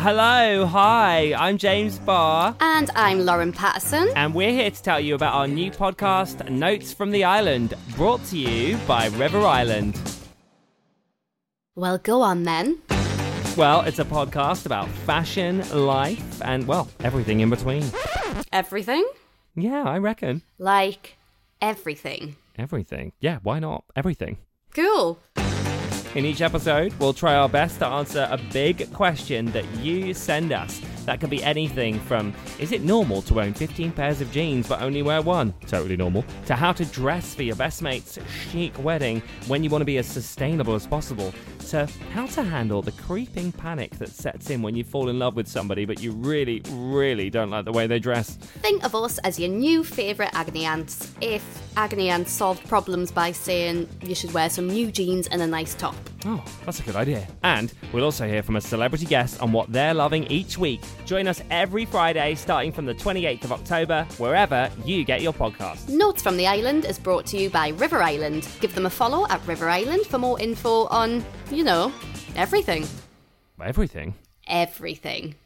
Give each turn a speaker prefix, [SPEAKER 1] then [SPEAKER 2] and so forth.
[SPEAKER 1] Hello, hi, I'm James Barr,
[SPEAKER 2] And I'm Lauren Patterson.
[SPEAKER 1] and we're here to tell you about our new podcast, Notes from the Island, brought to you by River Island.
[SPEAKER 2] Well, go on then.
[SPEAKER 1] Well, it's a podcast about fashion, life, and, well, everything in between.
[SPEAKER 2] Everything?
[SPEAKER 1] Yeah, I reckon.
[SPEAKER 2] Like, everything.
[SPEAKER 1] Everything. Yeah, why not? Everything.
[SPEAKER 2] Cool.
[SPEAKER 1] In each episode, we'll try our best to answer a big question that you send us. That could be anything from is it normal to own 15 pairs of jeans but only wear one? Totally normal. To how to dress for your best mate's chic wedding when you want to be as sustainable as possible. To how to handle the creeping panic that sets in when you fall in love with somebody but you really, really don't like the way they dress.
[SPEAKER 2] Think of us as your new favourite agony ants. If agony ants solved problems by saying you should wear some new jeans and a nice top.
[SPEAKER 1] Oh, that's a good idea. And we'll also hear from a celebrity guest on what they're loving each week. Join us every Friday starting from the 28th of October, wherever you get your podcasts.
[SPEAKER 2] Notes from the Island is brought to you by River Island. Give them a follow at River Island for more info on, you know, everything.
[SPEAKER 1] Everything.
[SPEAKER 2] Everything.